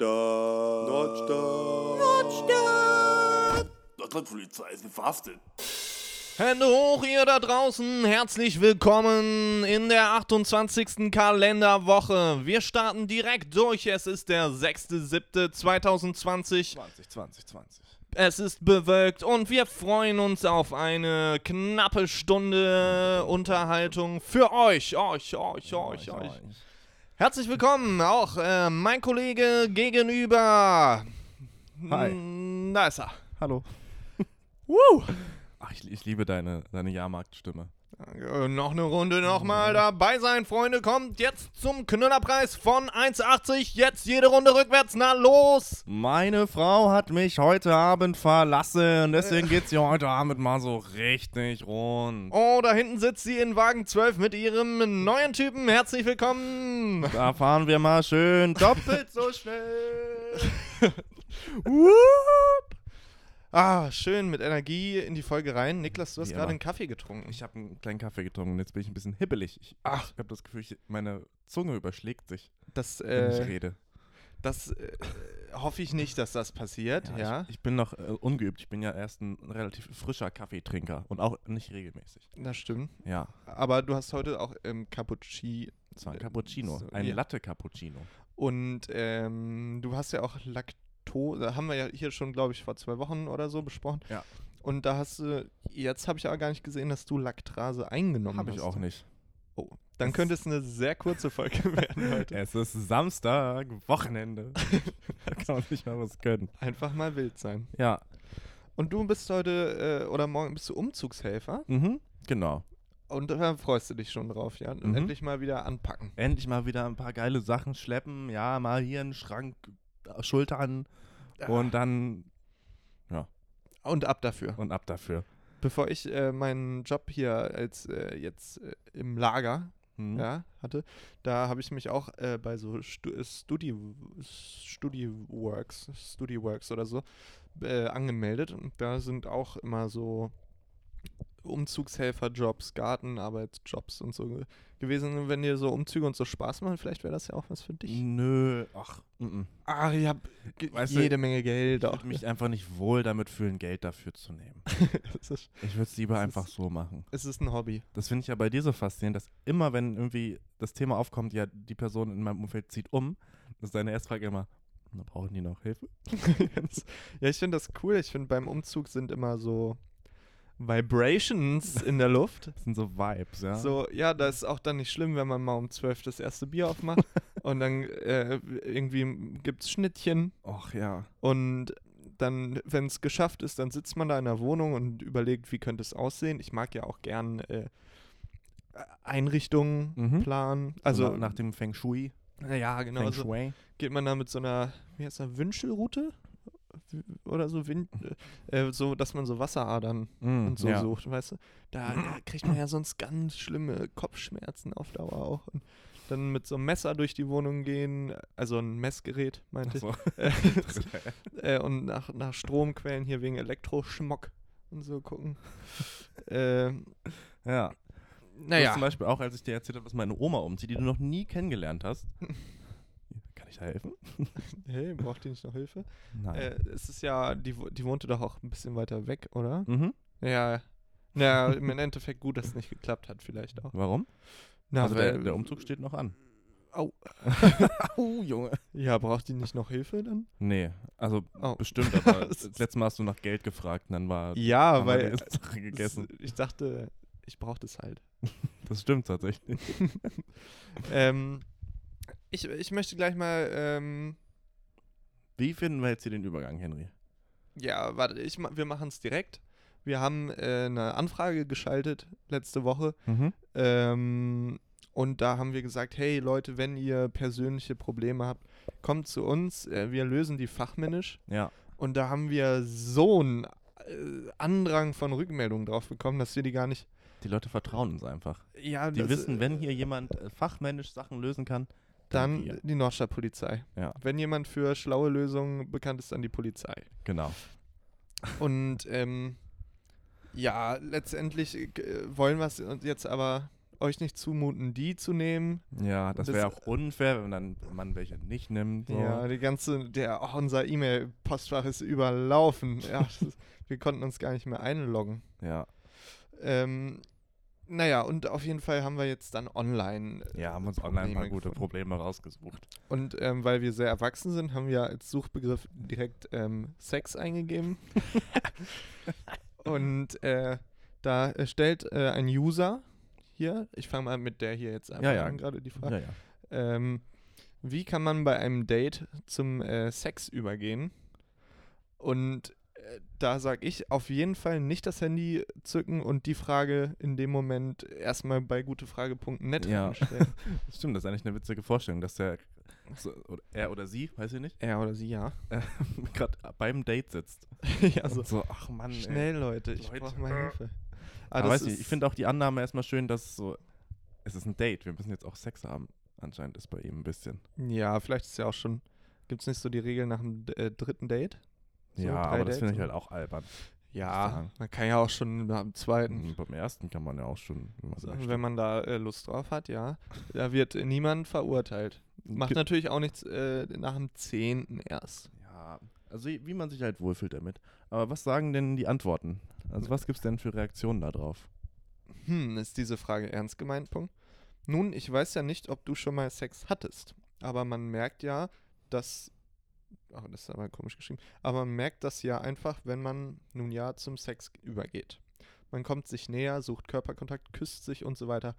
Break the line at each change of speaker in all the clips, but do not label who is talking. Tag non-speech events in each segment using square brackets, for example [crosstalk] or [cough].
Nordstadt. Nordstadt.
Nordrhein-Polizei ist verhaftet.
Hände hoch, ihr da draußen. Herzlich willkommen in der 28. Kalenderwoche. Wir starten direkt durch. Es ist der 6.7.2020.
20, 20, 20.
Es ist bewölkt und wir freuen uns auf eine knappe Stunde Unterhaltung für euch. Euch, euch, euch, euch. Herzlich willkommen auch äh, mein Kollege gegenüber.
Hi.
Mm, Da ist er.
Hallo.
Woo.
Ach, ich, ich liebe deine, deine Jahrmarktstimme.
Äh, Noch eine Runde nochmal dabei sein, Freunde. Kommt jetzt zum Knüllerpreis von 1,80. Jetzt jede Runde rückwärts. Na los!
Meine Frau hat mich heute Abend verlassen, deswegen geht's hier heute Abend mal so richtig rund.
Oh, da hinten sitzt sie in Wagen 12 mit ihrem neuen Typen. Herzlich
[laughs]
willkommen.
Da fahren wir mal schön doppelt so [laughs] schnell.
Whoop. Ah, schön mit Energie in die Folge rein. Niklas, du hast
Wie
gerade
immer.
einen Kaffee getrunken.
Ich habe einen kleinen Kaffee getrunken und jetzt bin ich ein bisschen hibbelig. Ich,
Ach.
ich habe das Gefühl, ich, meine Zunge überschlägt sich,
das
wenn ich
äh,
rede.
das äh, hoffe ich nicht, dass das passiert. Ja.
Ich, ich bin noch äh, ungeübt. Ich bin ja erst ein relativ frischer Kaffeetrinker und auch nicht regelmäßig.
das stimmt.
Ja,
Aber du hast heute auch ähm, Cappuccino
es war ein Cappuccino,
Äh, So,
ein
ja.
Latte Cappuccino.
Und ähm, du hast ja auch Laktose, haben wir ja hier schon, glaube ich, vor zwei Wochen oder so besprochen.
Ja.
Und da hast du, jetzt habe ich aber gar nicht gesehen, dass du Laktrase eingenommen
Habe
hast.
ich auch nicht.
Oh, dann könnte es eine sehr kurze Folge [laughs] werden heute.
Es ist Samstag,
[laughs]
Wochenende. da kann man nicht mal was gönnen.
Einfach mal wild sein.
Ja,
Und du bist heute äh, oder morgen bist du Umzugshelfer
mhm, genau.
und da freust du dich schon drauf, ja?
Mhm.
Endlich mal wieder anpacken.
Endlich mal wieder ein paar geile Sachen schleppen. Ja, mal hier einen Schrank äh, schultern
Ah.
und dann
Und ab dafür.
und ab dafür.
Bevor ich äh, meinen Job hier als äh, jetzt äh, im Lager
Mhm.
ja, hatte. Da habe ich mich auch äh, bei so Stu äh, Studi StudiWorks, StudiWorks oder so äh, angemeldet und da sind auch immer so Umzugshelferjobs, Gartenarbeitsjobs und so ge- gewesen. Und wenn dir so Umzüge und so Spaß machen, vielleicht wäre das ja auch was für dich.
Nö, ach, mhm.
Ah, ich habe
Weißt du,
jede Menge Geld.
ich
Auch.
würde mich einfach nicht wohl damit fühlen, Geld dafür zu nehmen.
[laughs] es, ist,
Ich würde es lieber
Das
einfach
ist-
so machen.
es ist ein Hobby. [laughs]
Das finde ich ja bei dir so faszinierend, dass immer, wenn irgendwie das Thema aufkommt, ja, die Person in meinem Umfeld zieht um, ist deine Erstfrage immer, "Na, brauchen die noch Hilfe?
ja, ich finde das cool. Ich finde, beim Umzug sind immer so Vibrations in der Luft.
Das sind so Vibes, ja.
So, ja, das ist auch dann nicht schlimm, wenn man mal um 12 das erste Bier
[laughs]
aufmacht und dann äh, irgendwie gibt es Schnittchen
Och ja.
und dann, wenn es geschafft ist, dann sitzt man da in der Wohnung und überlegt, wie könnte es aussehen. Ich mag ja auch gern äh, Einrichtungen
Mhm.
planen.
Also
Also,
nach dem Feng Shui.
ja, genau,
Feng
so
Shui.
geht man da mit so einer, wie heißt das, Wünschelrute? Oder so, Wind, äh, so, dass man so Wasseradern
Mm,
und so
[laughs] ja.
sucht, weißt du? Da,
[clears throat]
da kriegt man ja sonst ganz schlimme Kopfschmerzen auf Dauer auch. Und dann mit so einem Messer durch die Wohnung gehen, also ein Messgerät,
Ach
meinte
so.
ich. äh, und nach, nach Stromquellen hier wegen Elektroschmock und so gucken. ähm,
[laughs] [laughs] ja. Das
naja,
Zum Beispiel auch, als ich dir erzählt habe, dass meine Oma umzieht, die du noch nie kennengelernt [laughs] hast. Kann ich da helfen?
hey, braucht die nicht noch Hilfe?
Nein.
Äh, es ist ja, die, wo- die wohnte doch auch ein bisschen weiter weg, oder?
Mhm.
Ja. Na, im Endeffekt gut, dass es nicht geklappt hat, vielleicht auch.
Warum?
Na,
also der,
weil-
der Umzug steht noch an.
Au.
Au, [laughs] Junge.
Ja, braucht die nicht noch Hilfe dann?
Nee, also
Oh.
bestimmt, [laughs] aber
Das
das
ist-
letzte Mal hast du nach Geld gefragt und dann war
Ja,
haben wir
weil
die Sache gegessen.
es- ich dachte, ich brauchte es halt.
[laughs] Das stimmt tatsächlich.
ähm, ich, ich möchte gleich mal, ähm,
Wie finden wir jetzt hier den Übergang, Henry?
ja, warte, ich, ma- wir machen es direkt. Wir haben äh, eine Anfrage geschaltet letzte Woche
Mhm.
ähm, und da haben wir gesagt, hey Leute, wenn ihr persönliche Probleme habt, kommt zu uns, äh, wir lösen die fachmännisch
Ja.
und da haben wir so einen äh, Andrang von Rückmeldungen drauf bekommen, dass wir die gar nicht,
Die Leute vertrauen uns einfach.
ja,
Die
das-
wissen, wenn hier jemand äh, fachmännisch Sachen lösen kann,
Dann
wir.
die Nordstadtpolizei.
Ja.
Wenn jemand für schlaue Lösungen bekannt ist, dann die Polizei.
Genau.
Und ähm, ja, letztendlich äh, wollen wir es äh, uns jetzt aber euch nicht zumuten, die zu nehmen.
Ja, das
Das-
wäre auch unfair, wenn dann man welche nicht nimmt. So.
Ja, die ganze, der, oh, unser E-Mail-Postfach ist überlaufen. Ja, das ist, wir konnten uns gar nicht mehr einloggen.
ja.
Ähm, naja, und auf jeden Fall haben wir jetzt dann online. äh,
Ja, haben uns online ein
Probleme
paar gute
gefunden.
Probleme
[laughs]
rausgesucht.
Und ähm, weil wir sehr erwachsen sind, haben wir als Suchbegriff direkt ähm, Sex
[laughs]
eingegeben. und äh, da äh, stellt äh, ein User hier, ich fange mal mit der hier jetzt einfach
Ja, ja.
an, gerade die Frage.
Ja, ja.
Ähm, wie kann man bei einem Date zum äh, Sex übergehen? Und äh, da sage ich auf jeden Fall nicht das Handy zücken und die Frage in dem Moment erstmal bei gutefrage.net
Ja. [laughs]
anstellen.
Stimmt, das ist eigentlich eine witzige Vorstellung, dass der, so, oder, er oder sie, weiß ich nicht, [laughs]
er oder sie, ja.
gerade beim Date sitzt.
ja so.
Und so, ach Mann, ey.
Schnell, Leute, ich
Leute.
brauche mal Hilfe. Ah,
Aber
das
weiß nicht,
ist-
ich finde auch die Annahme erstmal schön, dass es so, es ist ein Date, wir müssen jetzt auch Sex haben. Anscheinend ist bei ihm ein bisschen.
Ja, vielleicht ist ja auch schon. Gibt es nicht so die Regel nach dem äh, dritten Date? So
ja,
drei
aber das
Dates
finde ich
und-
halt auch albern.
Ja, man kann ja auch schon am zweiten.
Mhm, Beim ersten kann man ja auch schon. Wenn man
So,
möchte.
Wenn man da äh, Lust drauf hat, ja. Da wird äh, niemand verurteilt. Macht
Ge-
natürlich auch nichts äh, nach dem 10. erst.
Ja, also wie wie man sich halt wohlfühlt damit. Aber was sagen denn die Antworten? Also was gibt es denn für Reaktionen darauf?
Hm, ist diese Frage ernst gemeint, Punkt. Nun, ich weiß ja nicht, ob du schon mal Sex hattest. Aber man merkt ja, dass. Ach, das ist aber komisch geschrieben. Aber man merkt das ja einfach, wenn man nun ja zum Sex übergeht. Man kommt sich näher, sucht Körperkontakt, küsst sich und so weiter.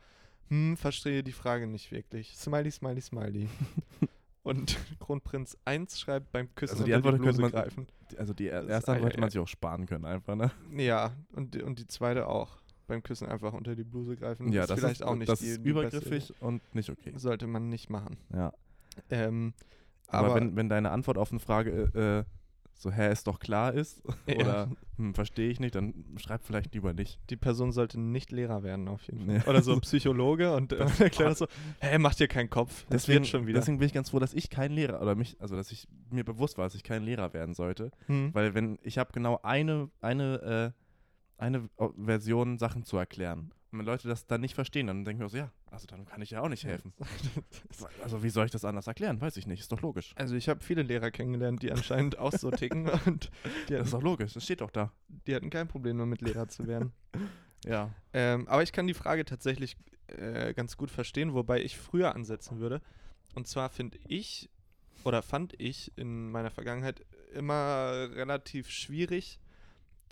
Hm, verstehe die Frage nicht wirklich. Smiley, smiley,
[laughs]
smiley. und Kronprinz 1 schreibt beim Küssen
Also die
unter
Antwort
Bluse
könnte man-
greifen.
Die- Also die er-
Das
erste Antwort
ei-
hätte man sich auch sparen können, einfach, ne?
Ja, und, die- und die zweite auch. Beim Küssen einfach unter die Bluse greifen.
ja,
ist
das
vielleicht
ist,
auch nicht
das
die,
ist
die beste
übergriffig und nicht okay.
Idee. Sollte man nicht machen.
Ja.
Ähm,
Aber,
aber
wenn, wenn deine Antwort auf eine Frage äh, äh, so, hä, ist doch klar ist,
[laughs] Ja.
oder hm, verstehe ich nicht, dann schreib vielleicht lieber nicht.
die Person sollte nicht Lehrer werden, auf jeden Fall.
Ja.
Oder so Psychologe
[laughs]
und äh, erklärt das so: Hä, mach dir keinen Kopf. Das
Deswegen,
wird schon wieder.
deswegen bin ich ganz froh, dass ich kein Lehrer oder mich, also dass ich mir bewusst war, dass ich kein Lehrer werden sollte.
Hm.
Weil wenn, ich habe genau eine, eine, äh, eine O- Version, Sachen zu erklären. Und wenn Leute das dann nicht verstehen, dann denken wir so, ja, also dann kann ich ja auch nicht helfen. [laughs] Also wie soll ich das anders erklären? Weiß ich nicht, ist doch logisch.
Also, ich habe viele Lehrer kennengelernt, die anscheinend auch so
[laughs]
ticken und die
Das ist
hatten,
doch logisch, das steht doch da.
die hatten kein Problem damit, Lehrer zu werden.
Ja.
Ähm, aber ich kann die Frage tatsächlich äh, ganz gut verstehen, wobei ich früher ansetzen würde. Und zwar finde ich oder fand ich in meiner Vergangenheit immer relativ schwierig,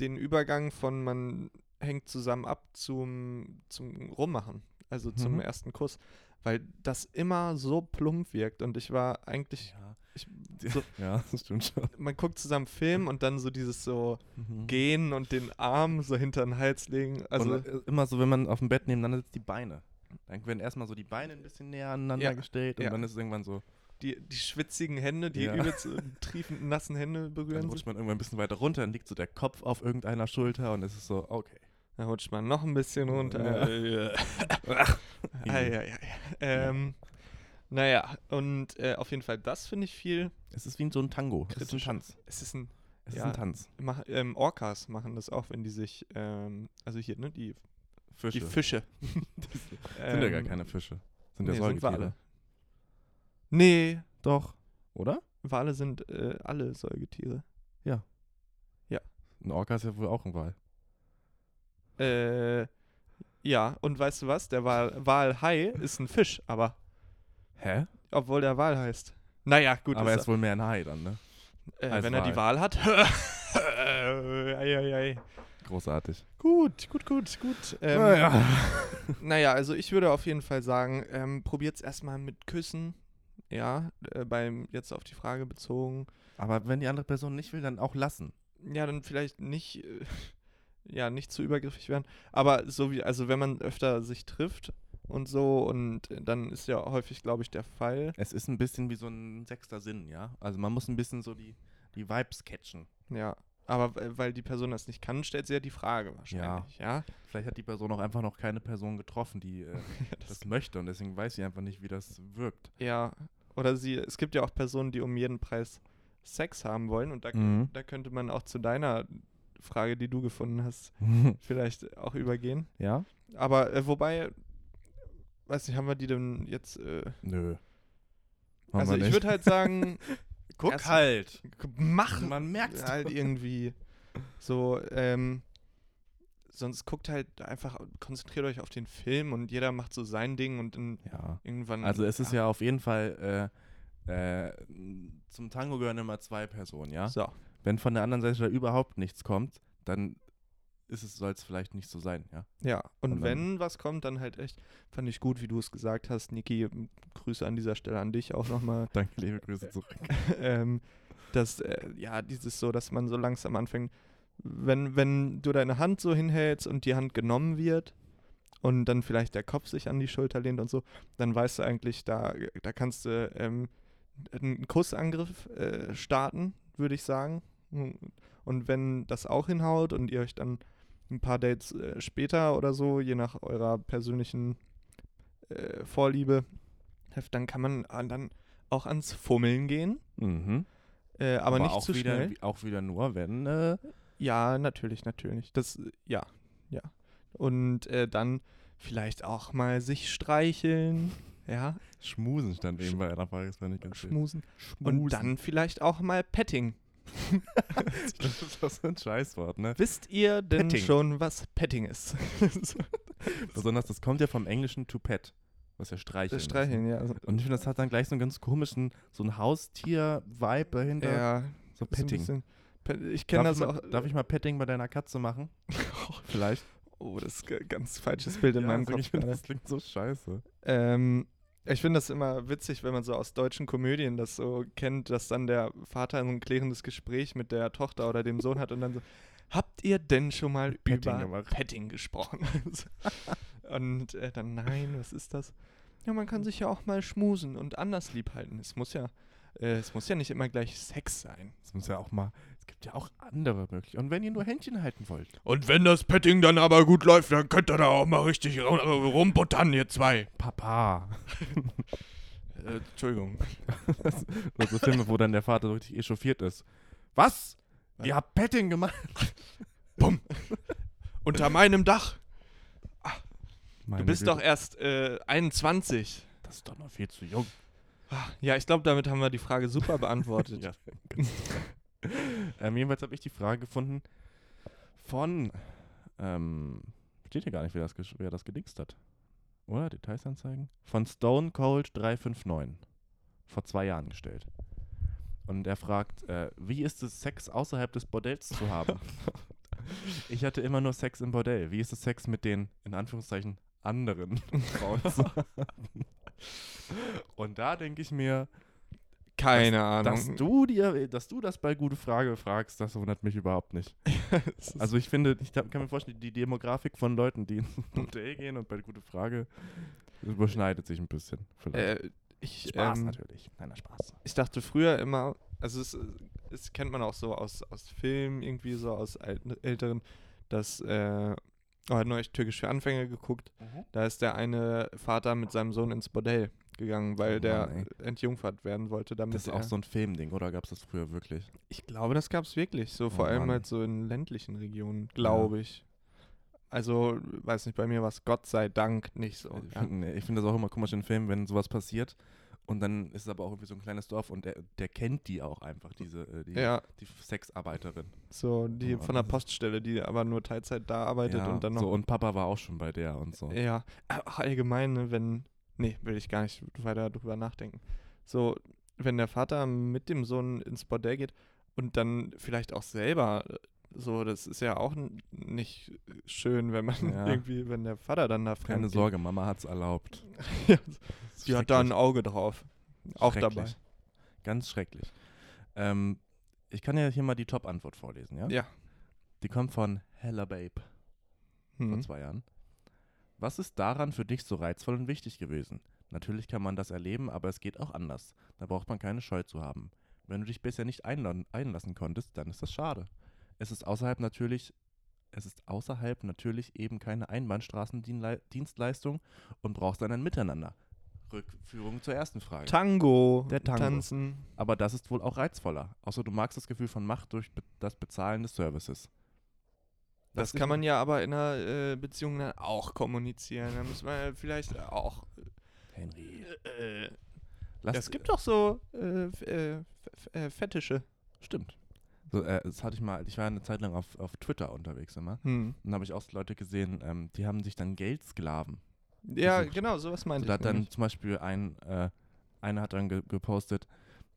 den Übergang von man hängt zusammen ab zum, zum Rummachen, also zum
Mhm.
ersten Kuss, weil das immer so plump wirkt und ich war eigentlich,
Ja,
ich,
so. ja [laughs] das stimmt schon.
man guckt zusammen Film und dann so dieses so
Mhm.
Gehen und den Arm so hinter den Hals legen, also
Also und äh, immer so, wenn man auf dem Bett nebeneinander sitzt, die Beine. Dann werden erstmal so die Beine ein bisschen näher aneinander
Ja,
gestellt und
ja.
dann ist es irgendwann so,
die, die schwitzigen Hände, die
Ja.
übelst äh, triefenden, nassen Hände
dann
berühren sich.
rutscht man irgendwann ein bisschen weiter runter, dann liegt so der Kopf auf irgendeiner Schulter und es ist so, okay.
Dann rutscht man noch ein bisschen runter.
Ja.
[laughs] Ei, ei, ei. Ähm, Naja, und äh, auf jeden Fall, das finde ich viel.
Es ist wie so ein Tango. Es ist ein
Kritisch.
Tanz.
Es ist ein.
Es
Ja.
ist ein Tanz.
Mach, ähm, Orcas machen das auch, wenn die sich. Ähm, also hier, ne? Die
Fische.
Die Fische.
[laughs] sind ja gar
Ähm,
keine Fische. Sind ja
Nee, sind
Säugetiere.
Wale. Nee,
Doch. Oder?
Wale sind äh, alle Säugetiere.
Ein Orca ist ja wohl auch ein Wal.
Äh, ja, und weißt du was? Der Wal, Walhai ist ein Fisch, aber
Hä?
Obwohl der Wahl heißt. Naja, gut.
Aber er
ist,
ist wohl mehr ein Hai dann, ne?
äh,
als
wenn er die Wahl hat. [laughs] ei, ei, ei.
Großartig.
Gut, gut, gut, gut. Ähm, naja. also ich würde auf jeden Fall sagen, ähm, probiert's erstmal mit Küssen. Ja, äh, beim jetzt auf die Frage bezogen.
Aber wenn die andere Person nicht will, dann auch lassen.
Ja, dann vielleicht nicht, äh, [laughs] ja, nicht zu übergriffig werden. Aber so wie, also wenn man öfter sich trifft und so, und dann ist ja häufig, glaube ich, der Fall.
Es ist ein bisschen wie so ein sechster Sinn, ja? Also man muss ein bisschen so die, die Vibes catchen.
Ja. Aber äh, weil die Person das nicht kann, stellt sie ja die Frage wahrscheinlich, ja? [laughs]
Vielleicht hat die Person auch einfach noch keine Person getroffen, die äh, [laughs] das, möchte und deswegen weiß sie einfach nicht, wie das wirkt.
Ja, oder sie, es gibt ja auch Personen, die um jeden Preis Sex haben wollen und da,
Mhm.
da könnte man auch zu deiner Frage, die du gefunden hast, vielleicht auch übergehen.
[laughs] ja?
Aber äh, wobei, weiß nicht, haben wir die denn jetzt. Äh,
Nö. Haben
also,
wir
ich
nicht.
würde halt
[laughs]
sagen,
Guck
erst-
halt.
mach
Man merkt
halt irgendwie. So, ähm. Sonst guckt halt einfach, konzentriert euch auf den Film und jeder macht so sein Ding und dann
Ja.
irgendwann. Ah,
Also es ist ja auf jeden Fall äh, äh, zum Tango gehören immer zwei Personen, ja.
So.
Wenn von der anderen Seite da überhaupt nichts kommt, dann ist es soll es vielleicht nicht so sein, ja.
Ja, und,
Und dann-
wenn was kommt, dann halt echt, fand ich gut, wie du es gesagt hast, Niki, Grüße an dieser Stelle an dich auch nochmal,
Danke, liebe [laughs] Grüße zurück.
[laughs] ähm, dass, äh, ja, dieses so, dass man so langsam anfängt, wenn, wenn du deine Hand so hinhältst und die Hand genommen wird und dann vielleicht der Kopf sich an die Schulter lehnt und so, dann weißt du eigentlich, da, da kannst du ähm, einen Kussangriff äh, starten, würde ich sagen. Und wenn das auch hinhaut und ihr euch dann ein paar Dates äh, später oder so, je nach eurer persönlichen äh, Vorliebe, trefft, dann kann man an- dann auch ans Fummeln gehen,
Mhm.
äh, aber, nicht
auch
zu
wieder,
schnell.
Auch wieder nur, wenn äh,
Ja, natürlich, natürlich. Das, äh, ja, ja. Und äh, dann vielleicht auch mal sich streicheln, ja,
Schmusen stand eben bei einer Frage, das war nicht ganz schön.
schmusen. Und dann vielleicht auch mal Petting.
[laughs] Das ist doch so ein Scheißwort, [laughs] ne?
Wisst ihr denn
Petting.
schon, was Petting ist? [laughs] So,
Besonders, das kommt ja vom Englischen to pet, was ja streicheln.
das
ist,
Streicheln,
ne?
ja. so-
Und ich finde, das hat dann gleich so einen ganz komischen, so ein Haustier-Vibe dahinter.
Ja,
so
ist ein
Petting.
bisschen- Pet- Ich kenne
darf,
das
ich
auch.
mal, darf ich mal Petting bei deiner Katze machen? Vielleicht.
[laughs] Oh, das ist ein ganz falsches Bild in
Ja,
meinem
also
Kopf.
ich finde,
gerade.
das klingt so scheiße.
Ähm, ich finde das immer witzig, wenn man so aus deutschen Komödien das so kennt, dass dann der Vater so ein klärendes Gespräch mit der Tochter oder dem Sohn hat und dann so, habt ihr denn schon mal
Petting
über
gemacht."
Petting gesprochen? [laughs] und äh, dann, nein, was ist das? Ja, man kann sich ja auch mal schmusen und anders lieb halten. Es muss ja, äh, es muss ja nicht immer gleich Sex sein.
Es muss ja auch mal, es gibt ja auch andere Möglichkeiten. Und wenn ihr nur Händchen halten wollt,
Und wenn das Petting dann aber gut läuft, dann könnt ihr da auch mal richtig rum- äh, rumbuttern, ihr zwei.
Papa.
Äh, Entschuldigung.
Oder so Filme, wo dann der Vater so richtig echauffiert ist. Was? Ihr habt Petting gemacht?
Unter meinem Dach. Du
Meine
bist
Güte,
doch erst äh, 21.
Das ist doch noch viel zu jung.
Ah, Ja, ich glaube, damit haben wir die Frage super
[laughs]
beantwortet.
Ja, ganz klar. Genau. ähm, jedenfalls habe ich die Frage gefunden von, ähm, steht hier gar nicht, wer das, gesch- wer das gedingst hat. Oder? Details anzeigen? Von Stone Cold 359. Vor zwei Jahren gestellt. Und er fragt, äh, wie ist es, Sex außerhalb des Bordells zu haben? ich hatte immer nur Sex im Bordell. Wie ist es, Sex mit den, in Anführungszeichen, anderen Frauen zu haben? Und da denke ich mir,
Keine
dass
Ahnung.
du dir, dass du das bei gute Frage fragst, das wundert mich überhaupt nicht. Also ich finde, ich hab- kann mir vorstellen, die Demografik von Leuten, die [laughs] ins Hotel gehen und bei gute Frage überschneidet sich ein bisschen. Vielleicht.
äh, ich,
Spaß
ähm,
natürlich. Nein, nein, Spaß.
ich dachte früher immer, also es, es kennt man auch so aus, aus Filmen, irgendwie so aus alten, älteren, dass, äh, oh, hat neulich Türkisch für Anfänger geguckt, da ist der eine Vater mit seinem Sohn ins Bordell gegangen, weil
Oh
der
Mann,
entjungfert werden wollte. Damit
Das ist
er-
auch so ein Filmding, oder gab es das früher wirklich?
Ich glaube, das gab es wirklich. So vor
Oh
allem
Mann.
halt so in ländlichen Regionen, glaube ich. Also, weiß nicht, bei mir war es Gott sei Dank nicht so.
Also ich
ja.
finde nee, ich finde das auch immer komisch in Filmen, wenn sowas passiert und dann ist es aber auch irgendwie so ein kleines Dorf und der, der kennt die auch einfach, diese äh, die,
Ja,
die Sexarbeiterin.
so die
Ja,
von der
das ist-
Poststelle, die aber nur Teilzeit da arbeitet
Ja,
und dann noch.
so, und Papa war auch schon bei der und so.
Ja, ach, allgemein, ne, wenn. Nee, will ich gar nicht weiter drüber nachdenken. So, wenn der Vater mit dem Sohn ins Bordell geht und dann vielleicht auch selber, äh, so, das ist ja auch n- nicht schön, wenn man [laughs]
Ja.
irgendwie, wenn der Vater dann da fremd
Keine
geht.
Sorge, Mama hat's erlaubt.
[laughs] ja,
Ist
Die hat da ein
schrecklich.
Auge drauf. Auch
Schrecklich.
dabei.
Ganz schrecklich. Ähm, ich kann ja hier mal die Top-Antwort vorlesen, ja?
Ja.
Die kommt von Hella Babe vor
Hm.
zwei Jahren. Was ist daran für dich so reizvoll und wichtig gewesen? Natürlich kann man das erleben, aber es geht auch anders. Da braucht man keine Scheu zu haben. Wenn du dich bisher nicht einla einlassen konntest, dann ist das schade. Es ist außerhalb natürlich, es ist außerhalb natürlich eben keine Einbahnstraßendienstleistung und brauchst dann ein Miteinander. Rückführung zur ersten Frage.
Tango.
Der Tango.
Tanzen.
Aber das ist wohl auch reizvoller. Außer du magst das Gefühl von Macht durch be das Bezahlen des Services.
Das
ist-
kann man ja aber in einer äh, Beziehung dann auch kommunizieren. Da muss man ja vielleicht auch
Henry.
Äh,
Lass,
es gibt doch so äh, f- äh, f- äh, Fetische.
Stimmt. So, äh, das hatte ich mal, ich war eine Zeit lang auf, auf Twitter unterwegs immer.
Hm.
Und da habe ich auch Leute gesehen, ähm, die haben sich dann Geldsklaven.
Ja,
Diese-
genau, sowas
Also
meinte
da
ich.
hat dann
nämlich.
zum Beispiel ein, äh, einer hat dann ge gepostet,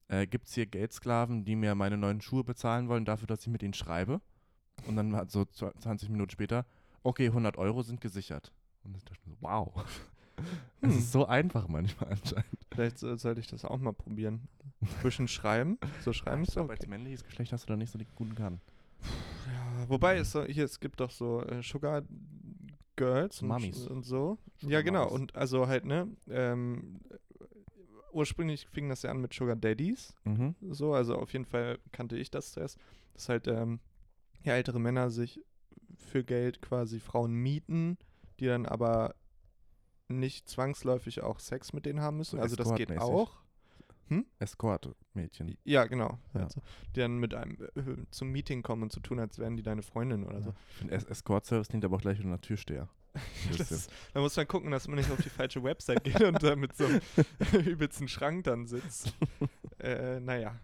äh, gibt es hier Geldsklaven, die mir meine neuen Schuhe bezahlen wollen, dafür, dass ich mit ihnen schreibe? Und dann hat so zw- 20 Minuten später, okay, 100 Euro sind gesichert. Und ich dachte mir so, wow. [laughs] Es
Hm.
ist so einfach manchmal anscheinend.
Vielleicht so- sollte ich das auch mal
[laughs]
probieren. Ein bisschen schreiben. So schreiben ist
Ich glaube,
okay.
als männliches Geschlecht hast du da nicht so die guten Karten.
Ja, wobei, es, so, hier, es gibt doch so äh, Sugar Girls und,
Mummies.
und so.
Sugar
ja, genau.
Mummies.
Und also halt, ne? Ähm, ursprünglich fing das ja an mit Sugar Daddies.
Mhm.
So, also auf jeden Fall kannte ich das zuerst. Dass halt ähm, ja, ältere Männer sich für Geld quasi Frauen mieten, die dann aber nicht zwangsläufig auch Sex mit denen haben müssen.
So
also das geht
escortmäßig.
auch.
Escort-Mädchen.
Ja, genau.
Ja.
Also, die dann mit einem äh, zum Meeting kommen und so tun, als wären die deine Freundin oder so.
Ein Es- Escort-Service klingt aber auch gleich wie ein [laughs] Türsteher.
Das ist, da muss man gucken, dass man nicht auf die falsche Website geht und da mit so einem [laughs] übelsten Schrank dann sitzt. äh, naja.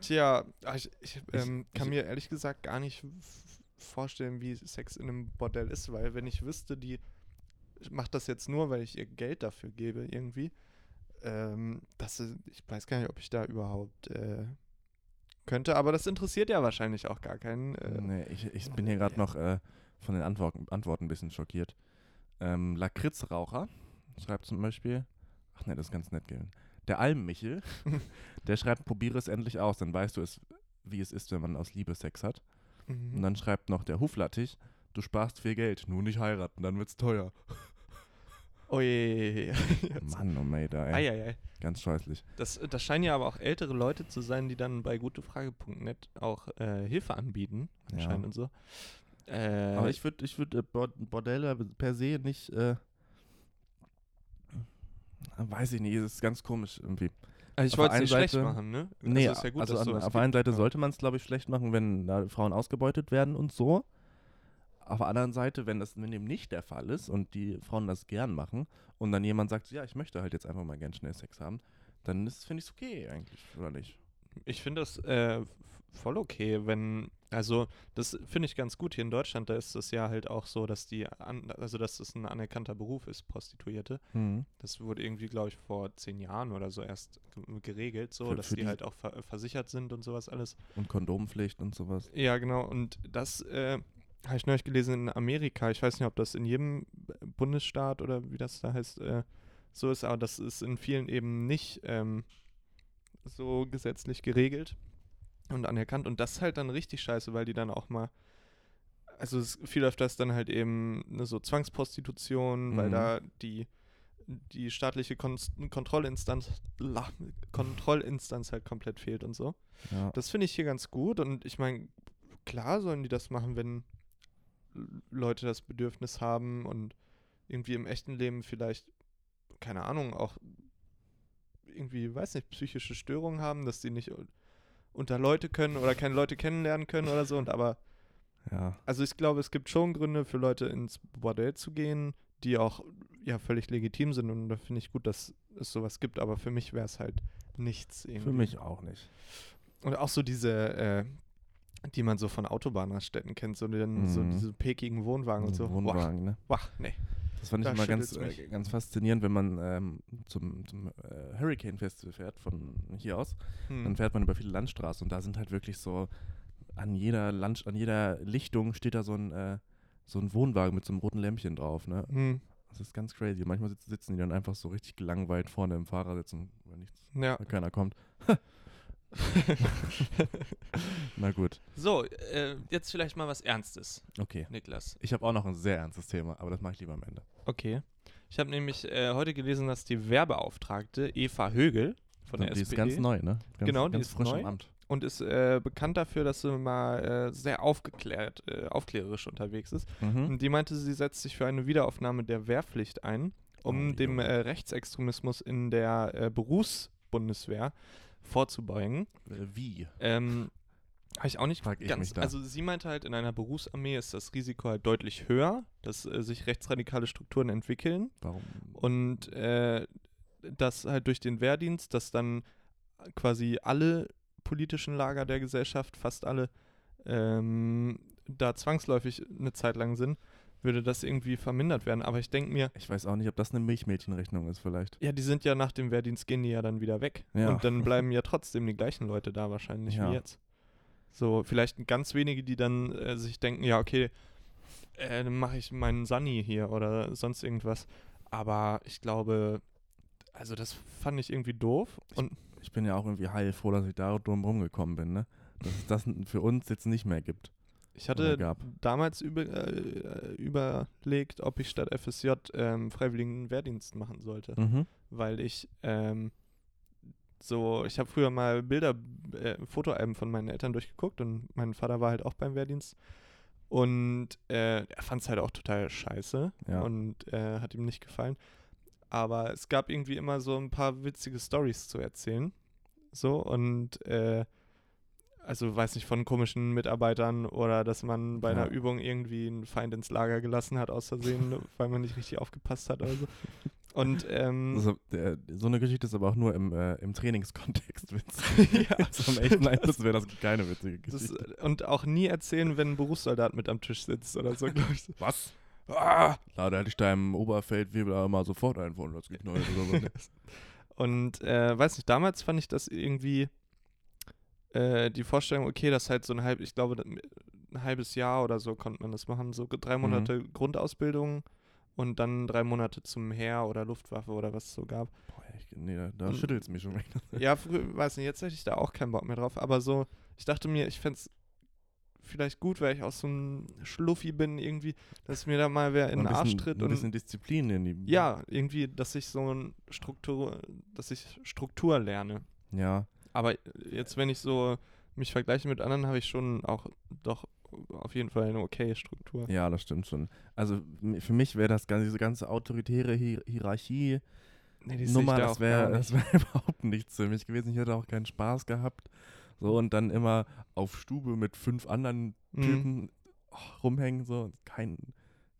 Tja, ah, ich, ich ähm, kann
ich-
mir ehrlich gesagt gar nicht f- vorstellen, wie Sex in einem Bordell ist, weil wenn ich wüsste, die macht das jetzt nur, weil ich ihr Geld dafür gebe irgendwie, ähm, das ist, ich weiß gar nicht, ob ich da überhaupt äh, könnte, aber das interessiert ja wahrscheinlich auch gar keinen. Äh,
nee, ich, ich bin hier gerade
ja.
noch äh, von den Antworten, Antworten ein bisschen schockiert. Ähm, Lakritzraucher schreibt zum Beispiel, ach nee, das ist ganz nett gewesen. Der Almmichel, der schreibt, probiere es endlich aus, dann weißt du es, wie es ist, wenn man aus Liebe Sex hat.
Mhm.
Und dann schreibt noch der Huflattich, du sparst viel Geld, nur nicht heiraten, dann wird's teuer.
Oh je. Jetzt-
Mann, oh mei, da, ey.
Eieiei.
Ganz scheußlich.
Das, das scheinen ja aber auch ältere Leute zu sein, die dann bei gutefrage.net auch äh, Hilfe anbieten,
Ja.
anscheinend und so. Äh,
Aber ich würde ich würd, äh, Bord- Bordelle per se nicht. Äh, weiß ich nicht, es ist ganz komisch irgendwie.
also ich
auf
wollte es
der
nicht
einen
schlecht
Seite-
machen, ne?
Nee,
es ist ja gut,
also
dass
an,
sowas
auf der
gibt.
einen Seite
Ja.
sollte man es, glaube ich, schlecht machen, wenn da Frauen ausgebeutet werden und so. Auf der anderen Seite, wenn das wenn dem nicht der Fall ist und die Frauen das gern machen und dann jemand sagt, ja, ich möchte halt jetzt einfach mal gern schnell Sex haben, dann ist finde ich es okay eigentlich, oder nicht?
Ich finde das äh, f- voll okay, wenn, also das finde ich ganz gut. Hier in Deutschland, da ist es ja halt auch so, dass die, an, also dass es ein anerkannter Beruf ist, Prostituierte. Das wurde irgendwie, glaube ich, vor zehn Jahren oder so erst ge- geregelt, so,
Für-
dass
für
die
die-
halt auch ver versichert sind und sowas alles.
Und Kondompflicht und sowas.
Ja, genau. Und das äh, habe ich neulich gelesen in Amerika. Ich weiß nicht, ob das in jedem Bundesstaat oder wie das da heißt, äh, so ist, aber das ist in vielen eben nicht ähm, so gesetzlich geregelt und anerkannt. Und das ist halt dann richtig scheiße, weil die dann auch mal. Also es, viel öfter ist dann halt eben ne, so Zwangsprostitution, weil
Mhm.
da die, die staatliche Kon Kontrollinstanz, la, Kontrollinstanz halt komplett fehlt und so.
Ja.
Das finde ich hier ganz gut und ich meine, klar sollen die das machen, wenn L- Leute das Bedürfnis haben und irgendwie im echten Leben vielleicht, keine Ahnung, auch irgendwie, weiß nicht, psychische Störungen haben, dass die nicht u- unter Leute können oder keine Leute kennenlernen können oder so. Und aber,
ja.
also ich glaube, es gibt schon Gründe für Leute ins Bordell zu gehen, die auch ja völlig legitim sind und da finde ich gut, dass es sowas gibt, aber für mich wäre es halt nichts irgendwie.
Für mich auch nicht.
Und auch so diese, äh, die man so von Autobahnraststätten kennt, so, den, so
Mhm.
diese pekigen Wohnwagen und so.
Wohnwagen, ne?
Wach, wach, nee.
Das fand ich
Da
immer ganz,
schüttelt's mich.
äh, ganz faszinierend, wenn man ähm, zum, zum äh, Hurricane Festival fährt, von hier aus. Dann
Hm.
fährt man über viele Landstraßen und da sind halt wirklich so an jeder Land, an jeder Lichtung steht da so ein, äh, so ein Wohnwagen mit so einem roten Lämpchen drauf, ne?
Hm.
Das ist ganz crazy. Manchmal sitzen, sitzen die dann einfach so richtig gelangweilt vorne im Fahrersitz und wenn nichts, [laughs]
Ja.
wenn keiner kommt.
[laughs]
Na gut,
So, äh, jetzt vielleicht mal was Ernstes,
okay.
Niklas.
Ich habe auch noch ein sehr ernstes Thema, aber das mache ich lieber am Ende.
Okay. Ich habe nämlich äh, heute gelesen, dass die Werbeauftragte Eva Högel von der
die
SPD
ist ganz neu, ne? Ganz,
Genau, die
ganz
ist
frisch
neu.
im Amt.
und ist äh, bekannt dafür, dass sie mal äh, sehr aufgeklärt, äh, aufklärerisch unterwegs ist.
Mhm.
Und die meinte, sie setzt sich für eine Wiederaufnahme der Wehrpflicht ein, um
Oh,
dem
Junge.
äh, Rechtsextremismus in der äh, Berufsbundeswehr vorzubeugen.
Äh, Wie?
Ähm, Habe ich auch nicht
Frag ich
ganz.
mich da.
Also sie meinte halt, in einer Berufsarmee ist das Risiko halt deutlich höher, dass äh, sich rechtsradikale Strukturen entwickeln
Warum?
und äh, dass halt durch den Wehrdienst, dass dann quasi alle politischen Lager der Gesellschaft, fast alle, ähm, da zwangsläufig eine Zeit lang sind, würde das irgendwie vermindert werden. Aber ich denke mir,
Ich weiß auch nicht, ob das eine Milchmädchenrechnung ist vielleicht.
ja, die sind ja nach dem Wehrdienst gehen die ja dann wieder weg.
Ja.
Und
[laughs]
dann bleiben ja trotzdem die gleichen Leute da wahrscheinlich
Ja.
wie jetzt. So, vielleicht ganz wenige, die dann äh, sich denken, ja, okay, äh, dann mache ich meinen Sunny hier oder sonst irgendwas. Aber ich glaube, also das fand ich irgendwie doof. Und
Ich bin ja auch irgendwie heilfroh, dass ich da drum rumgekommen bin, ne? Dass es das für uns jetzt nicht mehr gibt.
ich hatte
Oder gab.
damals über, äh, überlegt, ob ich statt FSJ ähm, freiwilligen Wehrdienst machen sollte.
Mhm.
weil ich ähm, so, ich habe früher mal Bilder, äh, Fotoalben von meinen Eltern durchgeguckt und mein Vater war halt auch beim Wehrdienst und äh, er fand es halt auch total scheiße
Ja.
und äh, hat ihm nicht gefallen. Aber es gab irgendwie immer so ein paar witzige Stories zu erzählen. So und äh, also weiß nicht, von komischen Mitarbeitern oder dass man bei
Ja.
einer Übung irgendwie einen Feind ins Lager gelassen hat aus
[laughs]
Versehen, weil man nicht richtig aufgepasst hat oder so. Und ähm,
Also, der, so eine Geschichte ist aber auch nur im, äh, im Trainingskontext [laughs] witzig.
ja,
Zum echten Einfluss wäre das keine witzige
das, äh,
Geschichte.
und auch nie erzählen, wenn ein Berufssoldat mit am Tisch sitzt oder so, glaube ich.
[laughs]
So.
Was?
Ah!
Klar, da hätte ich deinem Oberfeldwebel aber mal sofort einen von uns geknallt oder so. ne?
[laughs] Und äh, weiß nicht, damals fand ich das irgendwie äh, die Vorstellung, okay, das ist halt so ein halb, ich glaube, ein halbes Jahr oder so konnte man das machen, so
Mhm.
drei Monate Grundausbildung und dann drei Monate zum Heer oder Luftwaffe oder was es so
[laughs]
gab.
Boah, ich, nee, da, da
Und-
schüttelt es mich schon weg.
Ja, früher, weiß nicht, jetzt hätte ich da auch keinen Bock mehr drauf, aber so, ich dachte mir, ich fände es vielleicht gut, weil ich auch so ein Schluffi bin irgendwie, dass mir da mal wer in den
Mal ein bisschen-
Arsch tritt
Ein
und
bisschen Disziplin in die.
Ja, irgendwie, dass ich so ein Struktur, dass ich Struktur lerne.
Ja.
Aber jetzt, wenn ich so mich vergleiche mit anderen, habe ich schon auch doch auf jeden Fall eine okay Struktur.
Ja, das stimmt schon. Also m- für mich wäre das ganze, diese ganze autoritäre Hi Hierarchie
Nee,
Nummer, das wäre
wäre
das wär [laughs] überhaupt nichts für mich gewesen. Ich hätte auch keinen Spaß gehabt. So und dann immer auf Stube mit fünf anderen
Mhm.
Typen oh, rumhängen, so. Kein,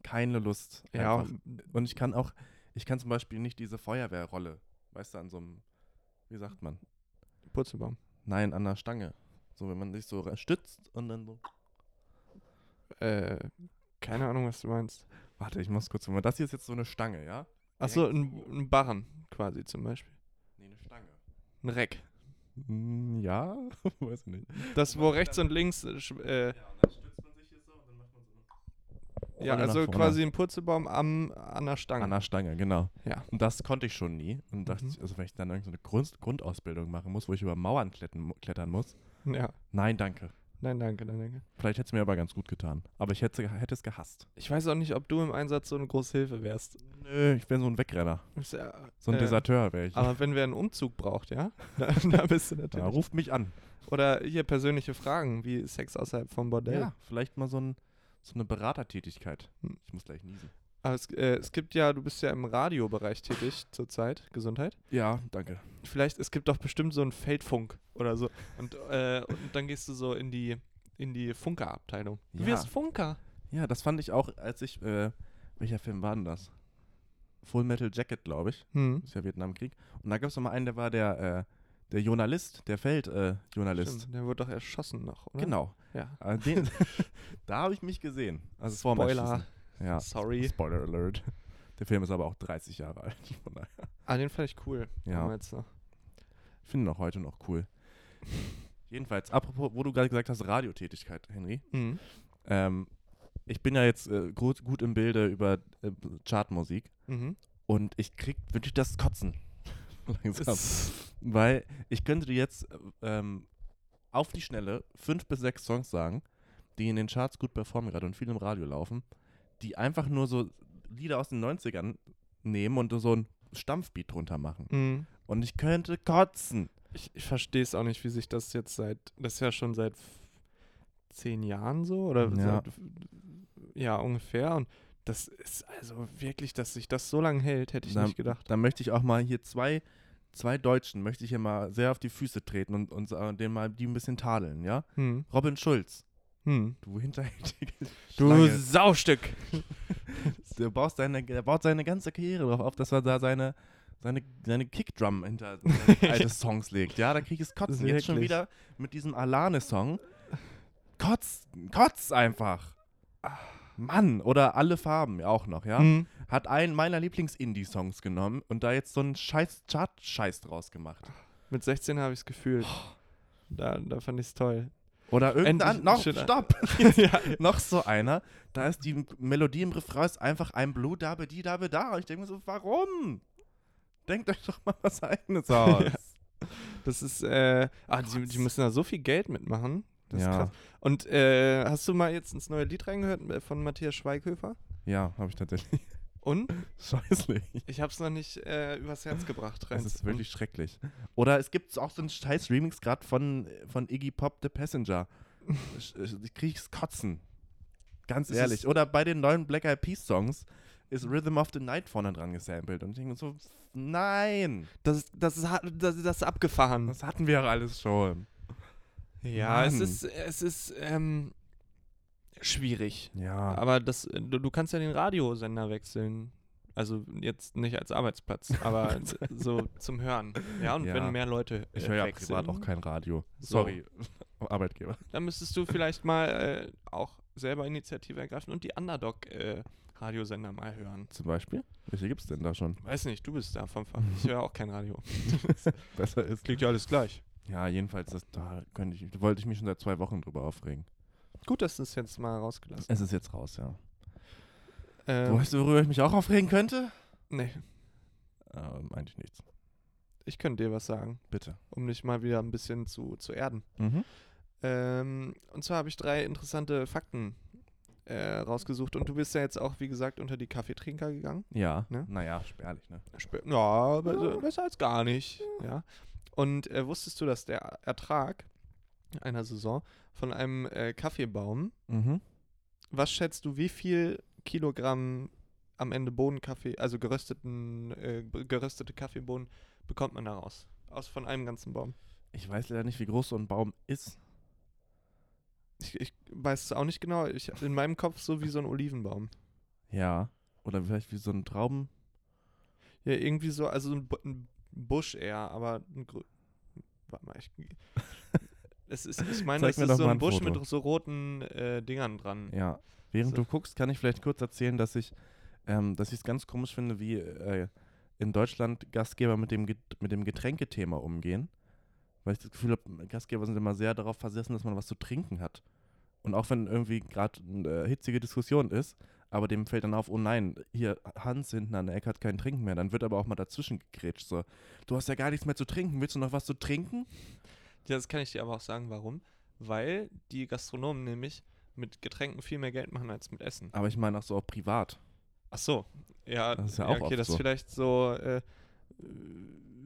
keine Lust.
Ja,
einfach. Und ich kann auch, ich kann zum Beispiel nicht diese Feuerwehrrolle, weißt du, an so einem, wie sagt man?
Purzelbaum.
Nein, an der Stange. So, wenn man sich so stützt und dann so.
Äh, keine Ahnung, was du meinst.
Warte, ich muss kurz mal. Das hier ist jetzt so eine Stange, ja?
Achso, ein, ein Barren quasi zum Beispiel.
Nee, eine Stange.
Ein Reck.
Hm, ja, [laughs] weiß ich nicht.
Das, wo rechts und links, äh, sch- äh,
Ja, und dann stützt man sich hier so und dann macht man so eine.
ja, also quasi ein Purzelbaum am, an der Stange.
An der Stange, genau.
Ja.
Und das konnte ich schon nie. Und dachte
Mhm.
ich, also wenn ich dann irgendeine so eine Grund Grundausbildung machen muss, wo ich über Mauern klettern, klettern muss.
ja.
Nein, danke.
Nein, danke, nein, danke.
Vielleicht hätte es mir aber ganz gut getan. Aber ich hätte, hätte es gehasst.
Ich weiß auch nicht, ob du im Einsatz so eine große Hilfe wärst.
Nö, ich wäre so ein Wegrenner.
Ist ja-
So ein
äh,
Deserteur wäre ich.
Aber wenn wer einen Umzug braucht, ja, [laughs] da, da bist du
Ja,
natürlich.
ruft mich an.
Oder hier persönliche Fragen, wie Sex außerhalb vom Bordell.
Ja, vielleicht mal so, ein, so eine Beratertätigkeit.
Hm.
Ich muss gleich niesen.
Aber es, äh, es gibt ja, du bist ja im Radiobereich tätig zurzeit, Gesundheit.
Ja, danke.
Vielleicht, es gibt doch bestimmt so einen Feldfunk oder so. Und, äh, und dann gehst du so in die, in die Funkerabteilung. Du
Ja.
wirst Funker.
Ja, das fand ich auch, als ich, äh, welcher Film war denn das? Full Metal Jacket, glaube ich.
Hm.
Das ist ja Vietnamkrieg. Und da gab es mal einen, der war der, äh, der Journalist, der Feldjournalist. Äh, Journalist.
Stimmt, der wurde doch erschossen noch, oder?
genau.
Ja.
Äh, den, [laughs] da habe ich mich gesehen. Also es war mein
Spoiler,
Schießen. Ja.
sorry.
Spoiler Alert. Der Film ist aber auch 30 Jahre alt. [laughs] Von daher.
Ah, den fand ich cool.
Ja.
Damals noch.
Ich finde ihn auch heute noch cool. Jedenfalls, apropos, wo du gerade gesagt hast, Radiotätigkeit, Henry.
Mhm.
Ähm, ich bin ja jetzt äh, gut, gut im Bilde über äh, Chartmusik
Mhm.
und ich krieg wirklich das Kotzen. [laughs] Langsam. Weil ich könnte dir jetzt äh, ähm, auf die Schnelle fünf bis sechs Songs sagen, die in den Charts gut performen gerade und viel im Radio laufen, die einfach nur so Lieder aus den 90ern nehmen und so ein Stampfbeat drunter machen.
Mhm.
Und ich könnte kotzen.
Ich, ich verstehe es auch nicht, wie sich das jetzt seit, das ist ja schon seit f- zehn Jahren so oder
Ja.
seit, ja ungefähr. Und das ist also wirklich, dass sich das so lange hält, hätte ich
Na,
nicht gedacht.
Dann möchte ich auch mal hier zwei zwei Deutschen möchte ich hier mal sehr auf die Füße treten und, und äh, denen mal die ein bisschen tadeln, ja?
Hm.
Robin Schulz,
Hm.
du hinterhältige
Du
Schlange.
Saustück.
Der, baust seine, der baut seine ganze Karriere darauf auf, dass er da seine, seine, seine Kickdrum hinter
[laughs]
seine alte Songs legt. Ja, da krieg ich es
Das
kotzen.
ist
Jetzt schon
wirklich.
wieder mit diesem Alane-Song. Kotz, kotz einfach. Mann, oder alle Farben ja auch noch, ja.
Hm.
Hat einen meiner Lieblings-Indie-Songs genommen und da jetzt so einen scheiß Chart-Scheiß draus gemacht.
Mit 16 habe ich es gefühlt.
Oh.
Da, da fand ich es
[laughs]
toll. [laughs]
Oder irgendein,
Endlich
noch,
schöner-
stopp,
ja,
noch so einer. Da ist die Melodie im Refrain ist einfach ein Blue Dabe, die Dabe da. Und ich denke mir so, warum? Denkt euch doch mal was eigenes aus.
das ist, äh, ah, die, die
Gott.
müssen da so viel Geld mitmachen. Das ist
Ja.
krass. Und äh, hast du mal jetzt ins neue Lied reingehört äh, von Matthias Schweighöfer?
Ja, habe ich [laughs] tatsächlich.
Und?
Scheußlich.
Ich habe es noch nicht äh, übers Herz gebracht.
Das ist
reinzuhören.
wirklich schrecklich. Oder es gibt auch so einen scheiß Remix gerade von, von Iggy Pop, The Passenger. Ich, ich krieg's kotzen. Ganz
Es
ehrlich.
ist-
Oder bei den neuen Black Eyed Peas Songs ist Rhythm of the Night vorne dran gesampelt. Und ich denke mir so, nein.
Das, ist- das, ist, ha- das, das ist abgefahren.
Das hatten wir ja alles schon.
ja, es
Mann.
ist, es ist ähm, schwierig.
Ja.
Aber das, äh, du, du kannst ja den Radiosender wechseln. Also jetzt nicht als Arbeitsplatz, aber so zum Hören. Ja, und
Ja.
wenn mehr Leute.
Ich
äh,
höre ja
wechseln,
privat auch kein Radio.
So.
Sorry, [laughs] Arbeitgeber.
Dann müsstest du vielleicht mal äh, auch selber Initiative ergreifen und die Underdog-Radiosender mal hören.
Zum Beispiel? Welche gibt's denn da schon? [laughs]
Weiß nicht, du bist da vom Fach. Ich höre auch kein Radio.
Besser ist.
Klingt ja alles gleich.
Ja, jedenfalls, das, da könnte ich, wollte ich mich schon seit zwei Wochen drüber aufregen.
Gut, dass du es jetzt mal rausgelassen
Es ist jetzt raus, ja.
hast. Ähm,
Weißt du, worüber ich mich auch aufregen könnte?
nee,
Ähm, eigentlich nichts.
ich könnte dir was sagen,
Bitte.
um dich mal wieder ein bisschen zu, zu erden.
Mhm.
Ähm, und zwar habe ich drei interessante Fakten äh, rausgesucht. Und du bist ja jetzt auch, wie gesagt, unter die Kaffeetrinker gegangen.
Ja.
Ne?
Naja, spärlich, ne?
Sp- Ja, besser, besser als gar nicht. Ja. Und äh, wusstest du, dass der Ertrag einer Saison von einem äh, Kaffeebaum,
Mhm.
was schätzt du, wie viel Kilogramm am Ende Bohnenkaffee, also gerösteten, äh, b- geröstete Kaffeebohnen, bekommt man daraus? Aus von einem ganzen Baum.
Ich weiß leider nicht, wie groß so ein Baum ist.
Ich, ich weiß es auch nicht genau. Ich, in meinem Kopf so wie so ein Olivenbaum.
Ja. Oder vielleicht wie so ein Trauben.
Ja, irgendwie so, also so ein, Bu- ein Busch eher, aber ein grü- Warte mal, ich. Es ist, ich meine,
Zeig
es
mir
ist
doch
so
mal
ein
ein
Busch
Foto.
mit so roten äh, Dingern dran.
Ja. Während
So.
du guckst, kann ich vielleicht kurz erzählen, dass ich ähm, dass ich es ganz komisch finde, wie äh, in Deutschland Gastgeber mit dem, Get mit dem Getränkethema umgehen. Weil ich das Gefühl habe, Gastgeber sind immer sehr darauf versessen, dass man was zu trinken hat. Und auch wenn irgendwie gerade eine äh, hitzige Diskussion ist, aber dem fällt dann auf, oh nein, hier Hans hinten an der Ecke hat kein Trinken mehr. Dann wird aber auch mal dazwischen gegrätscht. So, du hast ja gar nichts mehr zu trinken. Willst du noch was zu trinken?
Ja, das kann ich dir aber auch sagen, warum. Weil die Gastronomen nämlich mit Getränken viel mehr Geld machen als mit Essen.
Aber ich meine auch so auch privat.
Ach so, ja,
Das ist ja auch
okay,
oft
das ist
so.
vielleicht so, äh,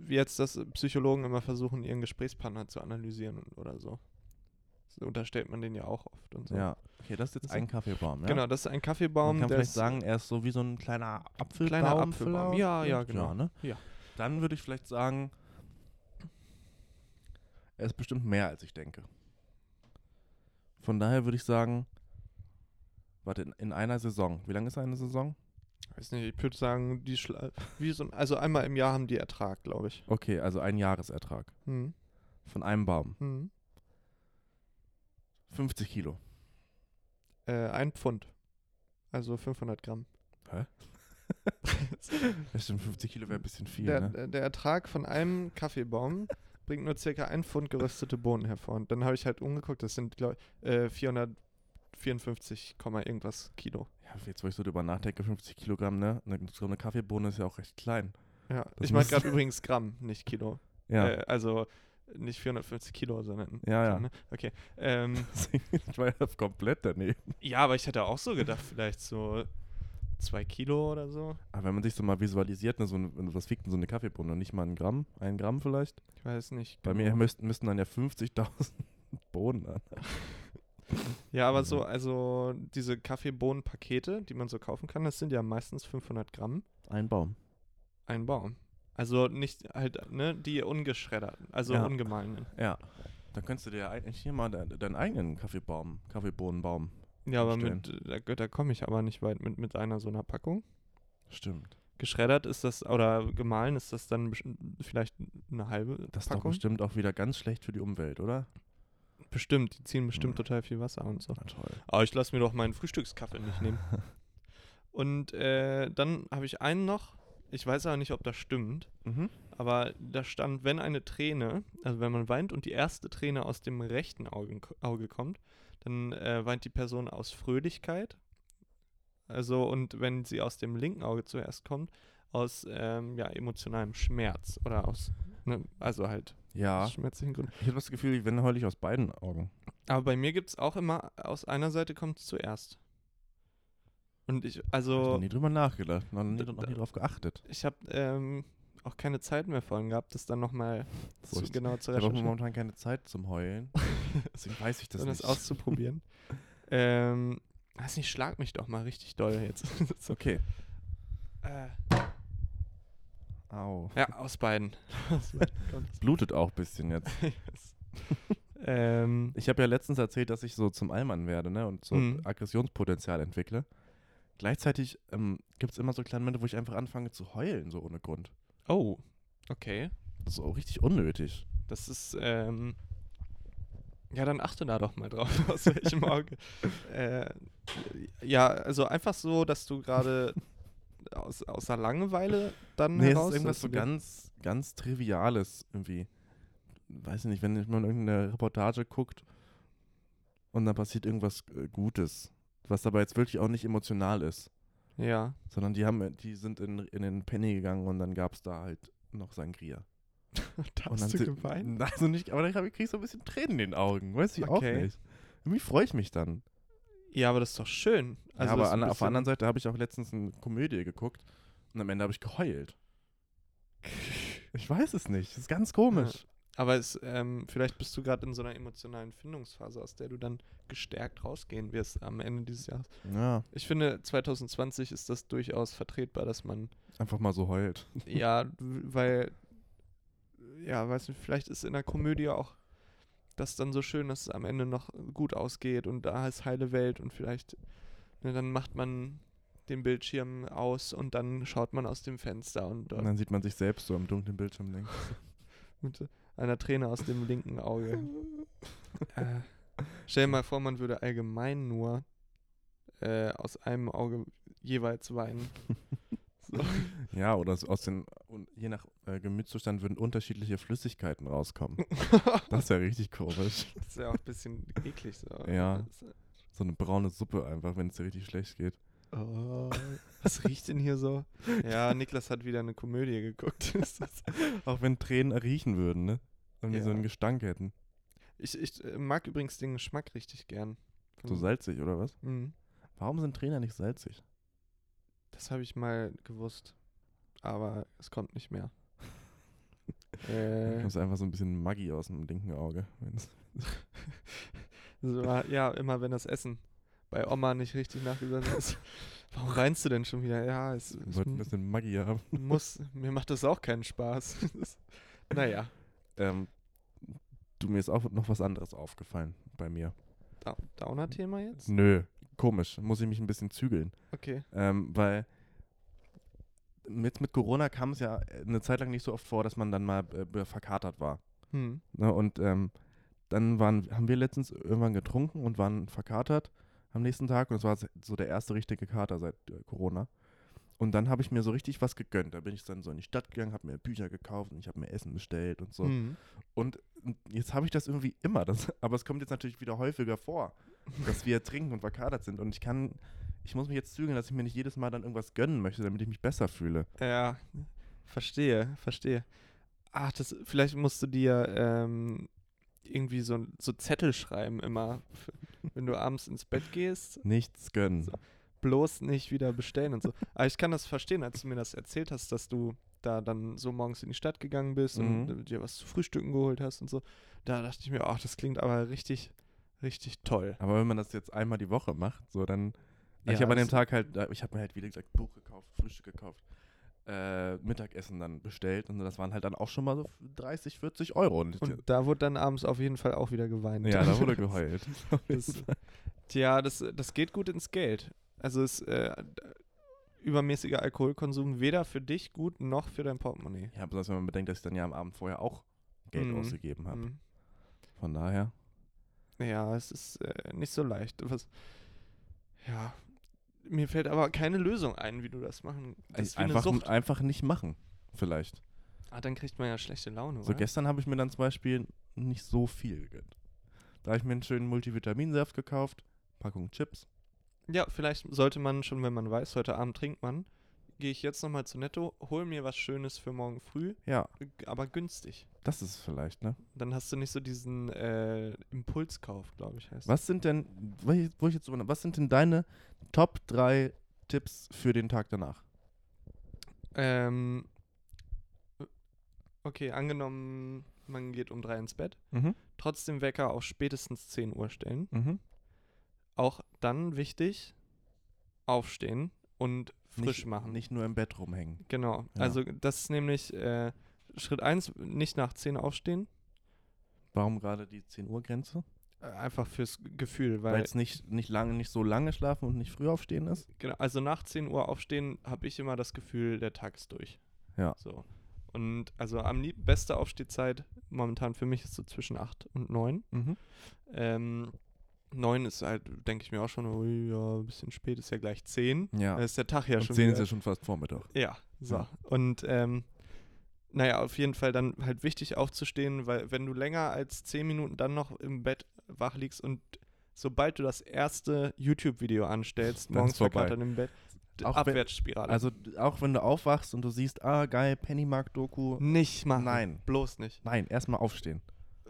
wie jetzt das Psychologen immer versuchen, ihren Gesprächspartner zu analysieren und- oder so. So unterstellt man den ja auch oft und so.
Ja. Okay, das ist jetzt
Also-
ein Kaffeebaum. Ja?
Genau, das ist ein Kaffeebaum.
Man kann
der
vielleicht
ist-
sagen, er ist so wie so ein kleiner Apfelbaum.
Kleiner Apfelbaum.
vielleicht?
Ja, ja, genau.
ne?
Ja.
Dann würde ich vielleicht sagen, er ist bestimmt mehr, als ich denke. Von daher würde ich sagen, warte, in, in einer Saison. Wie lange ist eine Saison?
Weiß nicht, ich würde sagen, die Schla wie so ein, also einmal im Jahr haben die Ertrag, glaube ich.
Okay, also ein Jahresertrag
Hm.
von einem Baum.
Hm.
50 Kilo.
Äh, ein Pfund. Also 500 Gramm.
Das stimmt, 50 Kilo wäre ein bisschen viel,
der,
ne?
der- der Ertrag von einem
[laughs]
Kaffeebaum bringt nur circa ein Pfund geröstete Bohnen hervor. Und dann habe ich halt umgeguckt, das sind, glaube ich, äh, 454, Komma irgendwas Kilo.
Ja, jetzt, wo ich so drüber nachdenke, 50 Kilogramm, ne? Eine- So eine Kaffeebohne ist ja auch recht klein.
Ja,
Das
ich meine
muss-
gerade übrigens Gramm, nicht Kilo.
Ja.
Äh, also nicht 450 Kilo, sondern.
Ja, ja.
ne? Okay. Ähm,
[laughs] ich war ja komplett daneben.
ja, aber ich hätte auch so gedacht, vielleicht so zwei Kilo oder so.
Aber Ah, wenn man sich so mal visualisiert, ne, so ein, was wiegt denn so eine Kaffeebohne? Nicht mal ein Gramm? Ein Gramm vielleicht?
Ich weiß nicht. genau.
Bei mir müssten, müssten dann ja 50.000 [laughs] Bohnen an.
Ja, aber
Also-
so, also diese Kaffeebohnenpakete, die man so kaufen kann, das sind ja meistens 500 Gramm,
Ein Baum.
ein Baum. Also nicht halt, ne, die ungeschredderten, also
Ja.
ungemahlenen.
Ja. Dann könntest du dir eigentlich hier mal de- deinen eigenen Kaffeebaum, Kaffeebohnenbaum.
Ja, aber
Umstellen.
mit, da, da komme ich aber nicht weit mit, mit einer so einer Packung.
Stimmt.
Geschreddert ist das, oder gemahlen ist das dann besch- vielleicht eine halbe
Das ist doch
Packung.
bestimmt auch wieder ganz schlecht für die Umwelt, oder?
Bestimmt, die ziehen bestimmt
Hm.
total viel Wasser und so.
Na toll.
Aber ich lasse mir doch meinen Frühstückskaffee nicht nehmen.
[laughs]
Und äh, dann habe ich einen noch. Ich weiß aber nicht, ob das stimmt.
Mhm.
Aber da stand, wenn eine Träne, also wenn man weint und die erste Träne aus dem rechten Auge, Auge kommt, dann äh, weint die Person aus Fröhlichkeit. Also und wenn sie aus dem linken Auge zuerst kommt, aus ähm, ja, emotionalem Schmerz oder aus, ne, also halt
Ja.
aus schmerzlichen Gründen.
Ich habe das Gefühl, wenn heul ich aus beiden Augen.
Aber bei mir gibt es auch immer, aus einer Seite kommt es zuerst. Und ich,
Ich habe
also,
noch nie drüber nachgedacht, noch nie,
Da-
noch nie drauf geachtet.
ich habe ähm, auch keine Zeit mehr vorhin gehabt, das dann nochmal zu,
Furcht.
genau zu
Ich habe auch
recherchieren
momentan keine Zeit zum Heulen.
[laughs]
Deswegen weiß ich das
und das
nicht.
[laughs] auszuprobieren. ähm, weiß nicht, schlag mich doch mal richtig doll jetzt. [laughs] so,
okay.
äh,
Au.
ja, aus beiden. [laughs] Aus beiden kommt es.
Blutet auch ein bisschen jetzt.
Yes. ähm,
Ich habe ja letztens erzählt, dass ich so zum Allmann werde ne? und so
Mhm.
Aggressionspotenzial entwickle. Gleichzeitig ähm, gibt es immer so kleine Momente, wo ich einfach anfange zu heulen, so ohne Grund.
oh, okay.
Das ist auch richtig unnötig.
Das ist, ähm, ja, dann achte da doch mal drauf, [laughs] aus welchem Auge. äh, ja, also einfach so, dass du gerade aus, aus der Langeweile dann
Nee, es
Hm, heraus...
ist irgendwas
dass
so
du dir-
ganz, ganz Triviales irgendwie. Weiß ich nicht, wenn man irgendeine Reportage guckt und dann passiert irgendwas äh, Gutes, was aber jetzt wirklich auch nicht emotional ist,
Ja, [laughs]
sondern die haben, äh, die sind in, in den Penny gegangen und dann gab es da halt noch Sangria.
da
und dann
hast du
sind-
geweint.
Also nicht, aber dann hab ich- krieg ich so ein bisschen Tränen in den Augen, weiß ich
Okay.
auch nicht. Irgendwie freue ich mich dann. Also
Ja, aber das ist doch schön.
ja, aber
das ist
an,
ein
auf der anderen
bisschen-
Seite habe ich auch letztens eine Komödie geguckt und am Ende habe ich geheult. [laughs] Ich weiß es nicht, das ist ganz komisch.
Aber es, ähm, vielleicht bist du gerade in so einer emotionalen Findungsphase, aus der du dann gestärkt rausgehen wirst am Ende dieses Jahres.
Ja,
Ich finde, 2020 ist das durchaus vertretbar, dass man
einfach mal so heult.
Ja, w- weil, ja, weiß nicht, vielleicht ist in der Komödie auch das dann so schön, dass es am Ende noch gut ausgeht und da ist heile Welt und vielleicht, ne, dann macht man den Bildschirm aus und dann schaut man aus dem Fenster und
Und
dort
dann sieht man sich selbst so am dunklen Bildschirm [laughs] links.
mit einer Träne aus dem linken Auge. äh, stell dir mal vor, man würde allgemein nur äh, aus einem Auge jeweils [laughs] weinen. So.
Ja, oder so aus den, und je nach äh, Gemütszustand würden unterschiedliche Flüssigkeiten [laughs] rauskommen. Das ist ja richtig komisch.
Das ist ja auch ein bisschen eklig. So.
Ja.
Das- äh.
So eine braune Suppe einfach, wenn es dir richtig schlecht geht.
Oh, was riecht denn hier so? Ja, Niklas hat wieder eine Komödie [laughs] geguckt. Ist das-
Auch wenn Tränen riechen würden, ne? Wenn die so
Ja.
einen Gestank hätten.
ich, ich äh, mag übrigens den Geschmack richtig gern.
So salzig, oder was?
Mhm.
Warum sind Tränen nicht salzig?
Das habe ich mal gewusst. Aber es kommt nicht [laughs] mehr. äh,
Das ist einfach so ein bisschen Maggi aus dem linken Auge. Wenn's-
so war, ja, immer wenn das Essen bei Oma nicht richtig nachgesetzt ist. Warum reinst du denn schon wieder? Ja, es,
Wir
es
sollten ein [laughs] bisschen Maggi haben.
muss. Mir macht das auch keinen Spaß. [laughs] Das, naja,
Ähm, du, mir ist auch noch was anderes aufgefallen bei mir.
da, Downer-Thema jetzt?
Nö, komisch. Muss ich mich ein bisschen zügeln.
Okay.
Ähm, weil mit, mit Corona kam es ja äh, eine Zeit lang nicht so oft vor, dass man dann mal äh, be- verkatert war.
Hm.
Ne? Und ähm, dann waren, haben wir letztens irgendwann getrunken und waren verkatert am nächsten Tag. Und es war so der erste richtige Kater seit äh, Corona. Und dann habe ich mir so richtig was gegönnt. Da bin ich dann so in die Stadt gegangen, habe mir Bücher gekauft und ich habe mir Essen bestellt und so.
Hm.
Und jetzt habe ich das irgendwie immer. Das, [laughs] aber es kommt jetzt natürlich wieder häufiger vor, dass wir trinken und verkadert sind. Und ich kann, ich muss mich jetzt zügeln, dass ich mir nicht jedes Mal dann irgendwas gönnen möchte, damit ich mich besser fühle.
Ja, verstehe, verstehe. Ach, das, vielleicht musst du dir ähm, irgendwie so, so Zettel schreiben immer, f- wenn du abends ins Bett gehst,
Nichts gönnen.
So. bloß nicht wieder bestellen und so. Aber ich kann das verstehen, als du mir das erzählt hast, dass du da dann so morgens in die Stadt gegangen bist
Mhm.
und dir was zu frühstücken geholt hast und so. Da dachte ich mir, ach, das klingt aber richtig, richtig toll.
Aber wenn man das jetzt einmal die Woche macht, so dann. also
Ja,
ich habe an dem
das-
Tag halt, ich habe mir halt, wie gesagt, Buch gekauft, Frühstück gekauft, äh, Mittagessen dann bestellt. Und das waren halt dann auch schon mal so 30, 40 Euro. Und,
Und da wurde dann abends auf jeden Fall auch wieder geweint.
ja, da
[laughs]
wurde geheult.
Das, tja, das, das geht gut ins Geld. Also ist äh, übermäßiger Alkoholkonsum weder für dich gut noch für dein Portemonnaie.
[laughs] Ja, besonders wenn man bedenkt, dass ich dann ja am Abend vorher auch Geld
Mhm.
ausgegeben habe.
Mhm.
Von daher.
Ja, es ist äh, nicht so leicht. Was, ja, mir fällt aber keine Lösung ein, wie du das machen. Das ist wie eine
einfach,
Sucht.
einfach nicht machen, vielleicht.
Ah, dann kriegt man ja schlechte Laune,
So
oder?
gestern habe ich mir dann zum Beispiel nicht so viel gegönnt. Da habe ich mir einen schönen Multivitaminsaft gekauft, Packung Chips.
Ja, vielleicht sollte man schon, wenn man weiß, heute Abend trinkt man, gehe ich jetzt nochmal zu Netto, hol mir was Schönes für morgen früh,
Ja,
g- aber günstig.
das ist es vielleicht, ne?
Dann hast du nicht so diesen äh, Impulskauf, glaube ich, heißt
Was sind denn, wo ich- wo ich jetzt drüber nach- was sind denn deine Top 3 Tipps für den Tag danach?
Ähm, okay, angenommen, man geht um drei ins Bett.
Mhm.
Trotzdem Wecker auf spätestens 10 Uhr stellen.
Mhm.
Auch dann wichtig, aufstehen und frisch
nicht,
machen.
Nicht nur im Bett rumhängen.
Genau.
Ja.
Also das ist nämlich äh, Schritt 1, nicht nach 10 aufstehen.
Warum gerade die 10 Uhr Grenze?
Äh, Einfach fürs Gefühl,
Weil
weil
es nicht, nicht lange, nicht so lange schlafen und nicht früh aufstehen ist?
genau, also nach 10 Uhr aufstehen, habe ich immer das Gefühl, der Tag ist durch.
Ja.
So. Und also am lieb beste Aufstehzeit momentan für mich ist so zwischen 8 und 9.
Mhm.
Ähm, 9 ist halt, denke ich mir auch schon, ui, ja, ein bisschen spät, ist ja gleich 10.
Ja.
Da ist der Tag ja
Und
schon.
10 ist
wieder-
ja schon fast Vormittag.
Ja, so.
Ja.
Und ähm, naja, auf jeden Fall dann halt wichtig aufzustehen, weil wenn du länger als 10 Minuten dann noch im Bett wach liegst und sobald du das erste YouTube-Video anstellst,
Dann
morgens
ist vorbei.
verkatert im Bett, d-
Auch wenn-
Abwärtsspirale.
Also d- auch wenn du aufwachst und du siehst, ah geil, Pennymark-Doku.
nicht machen.
Nein.
Bloß nicht.
Nein, erstmal aufstehen.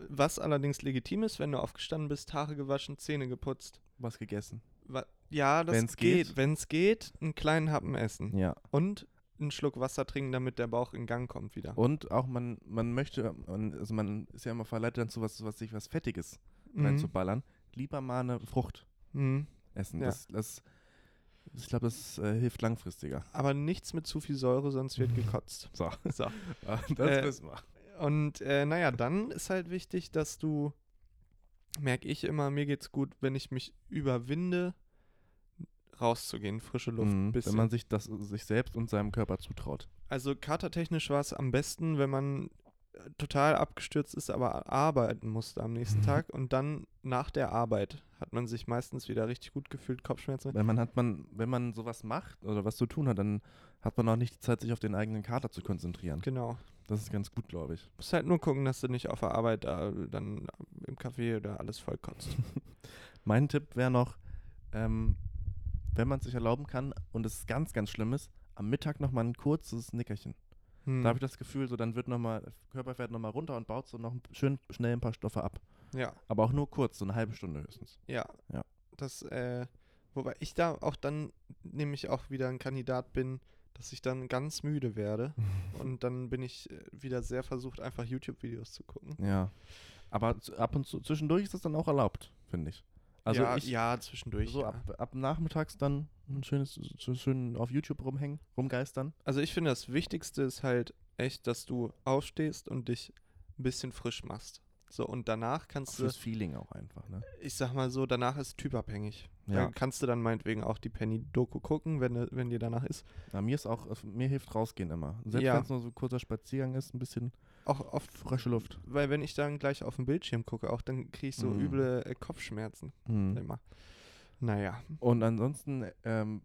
Was allerdings legitim ist, wenn du aufgestanden bist, Haare gewaschen, Zähne geputzt.
Was gegessen.
Wa- Ja, das
Wenn's
geht.
geht.
Wenn es geht, einen kleinen Happen essen.
Ja.
Und einen Schluck Wasser trinken, damit der Bauch in Gang kommt wieder.
Und auch man, man möchte, man, also man ist ja immer verleitet dazu, was, was sich was Fettiges
Mhm.
reinzuballern. Lieber mal eine Frucht
Mhm.
essen.
Ja.
Das, das, ich glaube, das äh, hilft langfristiger.
aber nichts mit zu viel Säure, sonst
Mhm.
wird
[laughs]
gekotzt. [laughs]
So,
So.
das
Äh,
wissen wir.
Und äh, naja, dann ist halt wichtig, dass du, merke ich immer, mir geht's gut, wenn ich mich überwinde, rauszugehen, frische Luft.
Mhm,
bisschen.
wenn man sich das sich selbst und seinem
[laughs]
Körper zutraut.
also katertechnisch war es am besten, wenn man äh, total abgestürzt ist, aber arbeiten musste am
Mhm.
nächsten Tag. Und dann nach der Arbeit hat man sich meistens wieder richtig gut gefühlt, Kopfschmerzen.
Wenn man hat man, wenn man sowas macht oder was zu tun hat, dann hat man auch nicht die Zeit, sich auf den eigenen Kater zu konzentrieren.
Genau.
Das ist ganz gut, glaube ich.
Musst halt nur gucken, dass du nicht auf der Arbeit da, dann im Café oder alles voll
[laughs]
kotzt.
Mein Tipp wäre noch, ähm, wenn man es sich erlauben kann und es ganz, ganz schlimm ist, am Mittag nochmal ein kurzes Nickerchen.
Hm.
Da habe ich das Gefühl, so dann wird nochmal, Körper fährt nochmal runter und baut so noch ein- schön schnell ein paar Stoffe ab.
ja.
Aber auch nur kurz, so eine halbe Stunde höchstens.
Ja.
Ja.
Das, äh, wobei ich da auch dann nämlich auch wieder ein Kandidat bin, dass ich dann ganz müde
[laughs]
werde. und dann bin ich äh, wieder sehr versucht, einfach YouTube-Videos zu gucken.
Ja. Aber zu- ab und zu, zwischendurch ist das dann auch erlaubt, finde ich. Also
ja,
ich,
ja, zwischendurch.
so
ja.
ab, ab nachmittags dann ein schönes, so schön auf YouTube rumhängen, rumgeistern.
Also ich finde, das Wichtigste ist halt echt, dass du aufstehst und dich ein bisschen frisch machst. So, und danach kannst du,
Fürs Feeling auch einfach, ne?
ich sag mal so, danach ist typabhängig.
Ja.
Da kannst du dann meinetwegen auch die Penny-Doku gucken, wenn, du- wenn dir danach ist.
Na, mir ist auch, äh, mir hilft rausgehen immer. Selbst
Ja.
wenn es nur so ein kurzer Spaziergang ist, ein bisschen
Auch oft
frische Luft.
weil wenn ich dann gleich auf den Bildschirm gucke, auch dann kriege ich so
Mhm.
üble äh, Kopfschmerzen immer. Naja,
Hm. Und ansonsten, ähm,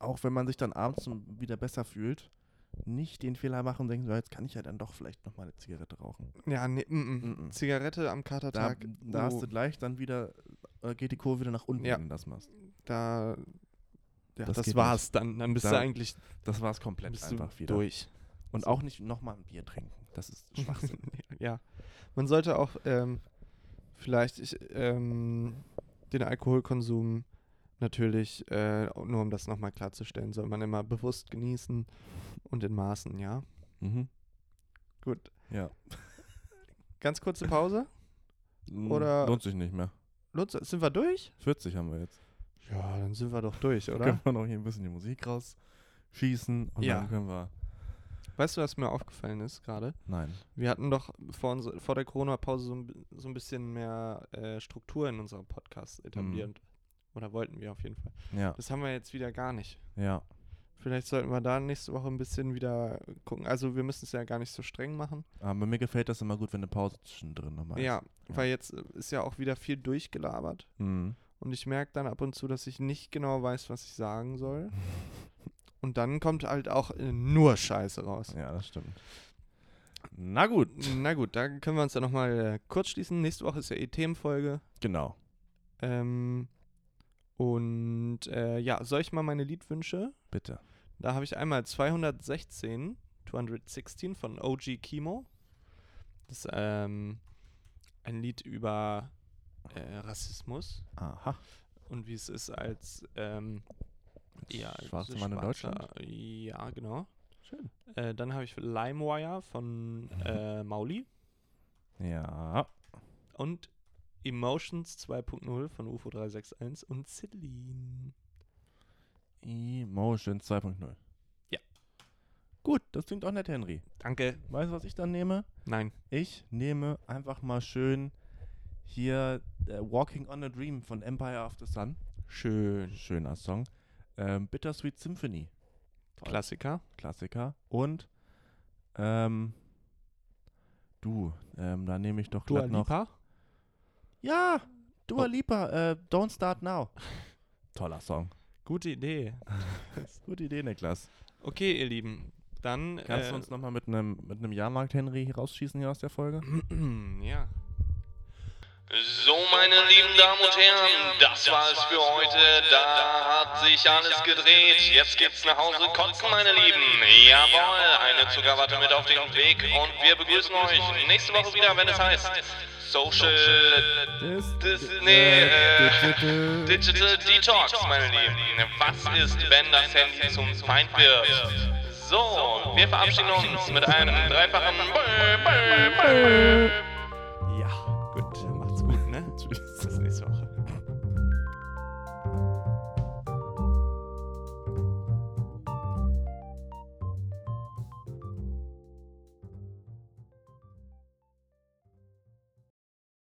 auch wenn man sich dann abends m- wieder besser fühlt, nicht den Fehler machen und denken, so, jetzt kann ich ja dann doch vielleicht nochmal eine Zigarette rauchen.
ja, nee, mm, mm.
Mhm.
Zigarette am
Da,
Katertag, oh,
da hast du gleich dann wieder, äh, geht die Kurve wieder nach unten,
Ja.
wenn du das machst.
da, ja,
Das
das,
geht
war's dann. Dann bist
Da
du eigentlich
Das war es komplett
bist du
einfach wieder.
durch.
Und auch nicht nochmal ein Bier trinken. Das [laughs] ist Schwachsinn.
[laughs] ja, man sollte auch ähm, vielleicht ich, ähm, den Alkoholkonsum natürlich, äh, nur um das nochmal klarzustellen, soll man immer bewusst genießen und in Maßen, ja.
mhm.
Gut,
Ja.
ganz kurze Pause.
N-
Oder-
Lohnt sich nicht mehr.
Lutz, sind wir durch?
40 haben wir jetzt.
Ja, dann sind wir doch durch, oder?
Können wir noch hier ein bisschen die Musik raus schießen und
Ja.
dann können wir.
Weißt du, was mir aufgefallen ist gerade?
Nein.
Wir hatten doch vor, unser, vor der Corona-Pause so, ein bi- so ein bisschen mehr äh, Struktur in unserem Podcast etabliert. Oder wollten wir auf jeden Fall.
Ja,
Das haben wir jetzt wieder gar nicht.
ja.
Vielleicht sollten wir da nächste Woche ein bisschen wieder gucken. Also wir müssen es ja gar nicht so streng machen.
Aber mir gefällt das immer gut, wenn eine Pause zwischendrin nochmal
Ja,
ist.
weil jetzt äh, ist ja auch wieder viel durchgelabert.
Mhm.
Und ich merke dann ab und zu, dass ich nicht genau weiß, was ich sagen [laughs] soll. Und dann kommt halt auch äh, nur Scheiße raus.
Ja, das stimmt. Na gut.
Na gut, da können wir uns dann nochmal äh, kurz schließen. Nächste Woche ist ja eh Themenfolge.
Genau.
Ähm, und äh, ja, soll ich mal meine Liedwünsche?
Bitte.
Da habe ich einmal 216, 216 von OG Kimo. Das ist ähm, ein Lied über äh, Rassismus
Aha.
und wie es ist als ähm, ja, als
schwarzer Mann in Deutschland?
Ja, genau.
Schön. Mhm.
Äh, dann habe ich Limewire von äh, Mauli
Ja.
und Emotions 2.0 von UFO 361 und Celine.
Emotions 2.0.
Ja.
Gut, das klingt auch nett, Henry.
Danke.
Weißt du, was ich dann nehme?
Nein.
Ich nehme einfach mal schön hier äh, Walking on a Dream von Empire of the Sun. Schön. Schöner Song. Ähm, Bittersweet Symphony. Toll.
Klassiker.
Klassiker. Und ähm, du, ähm, da nehme ich doch
Dua
glatt noch.
Lipa.
Ja, Dua
Oh.
Lipa, äh, Don't Start
[laughs]
Now. Toller Song.
Gute Idee.
Gute Idee, Niklas.
Okay, ihr Lieben. Dann.
Kannst
äh,
du uns nochmal mit einem mit einem Jahrmarkt, Henry, rausschießen hier aus der
[clears throat]
Folge?
ja.
So, meine lieben Damen und Herren, das war es für heute. Da hat sich alles gedreht. Jetzt geht's nach Hause kotzen, meine Lieben. Jawohl, eine Zuckerwatte mit auf den Weg. Und wir begrüßen euch nächste Woche wieder, wenn es heißt Social Dis- nee, äh, Digital Detox, meine Lieben. Was ist, wenn das Handy zum Feind wird? So, wir verabschieden uns mit einem dreifachen Bäh, Bäh,
[laughs]
Bäh.
Ja, gut. Macht's gut, ne? Tschüss. Bis nächste Woche.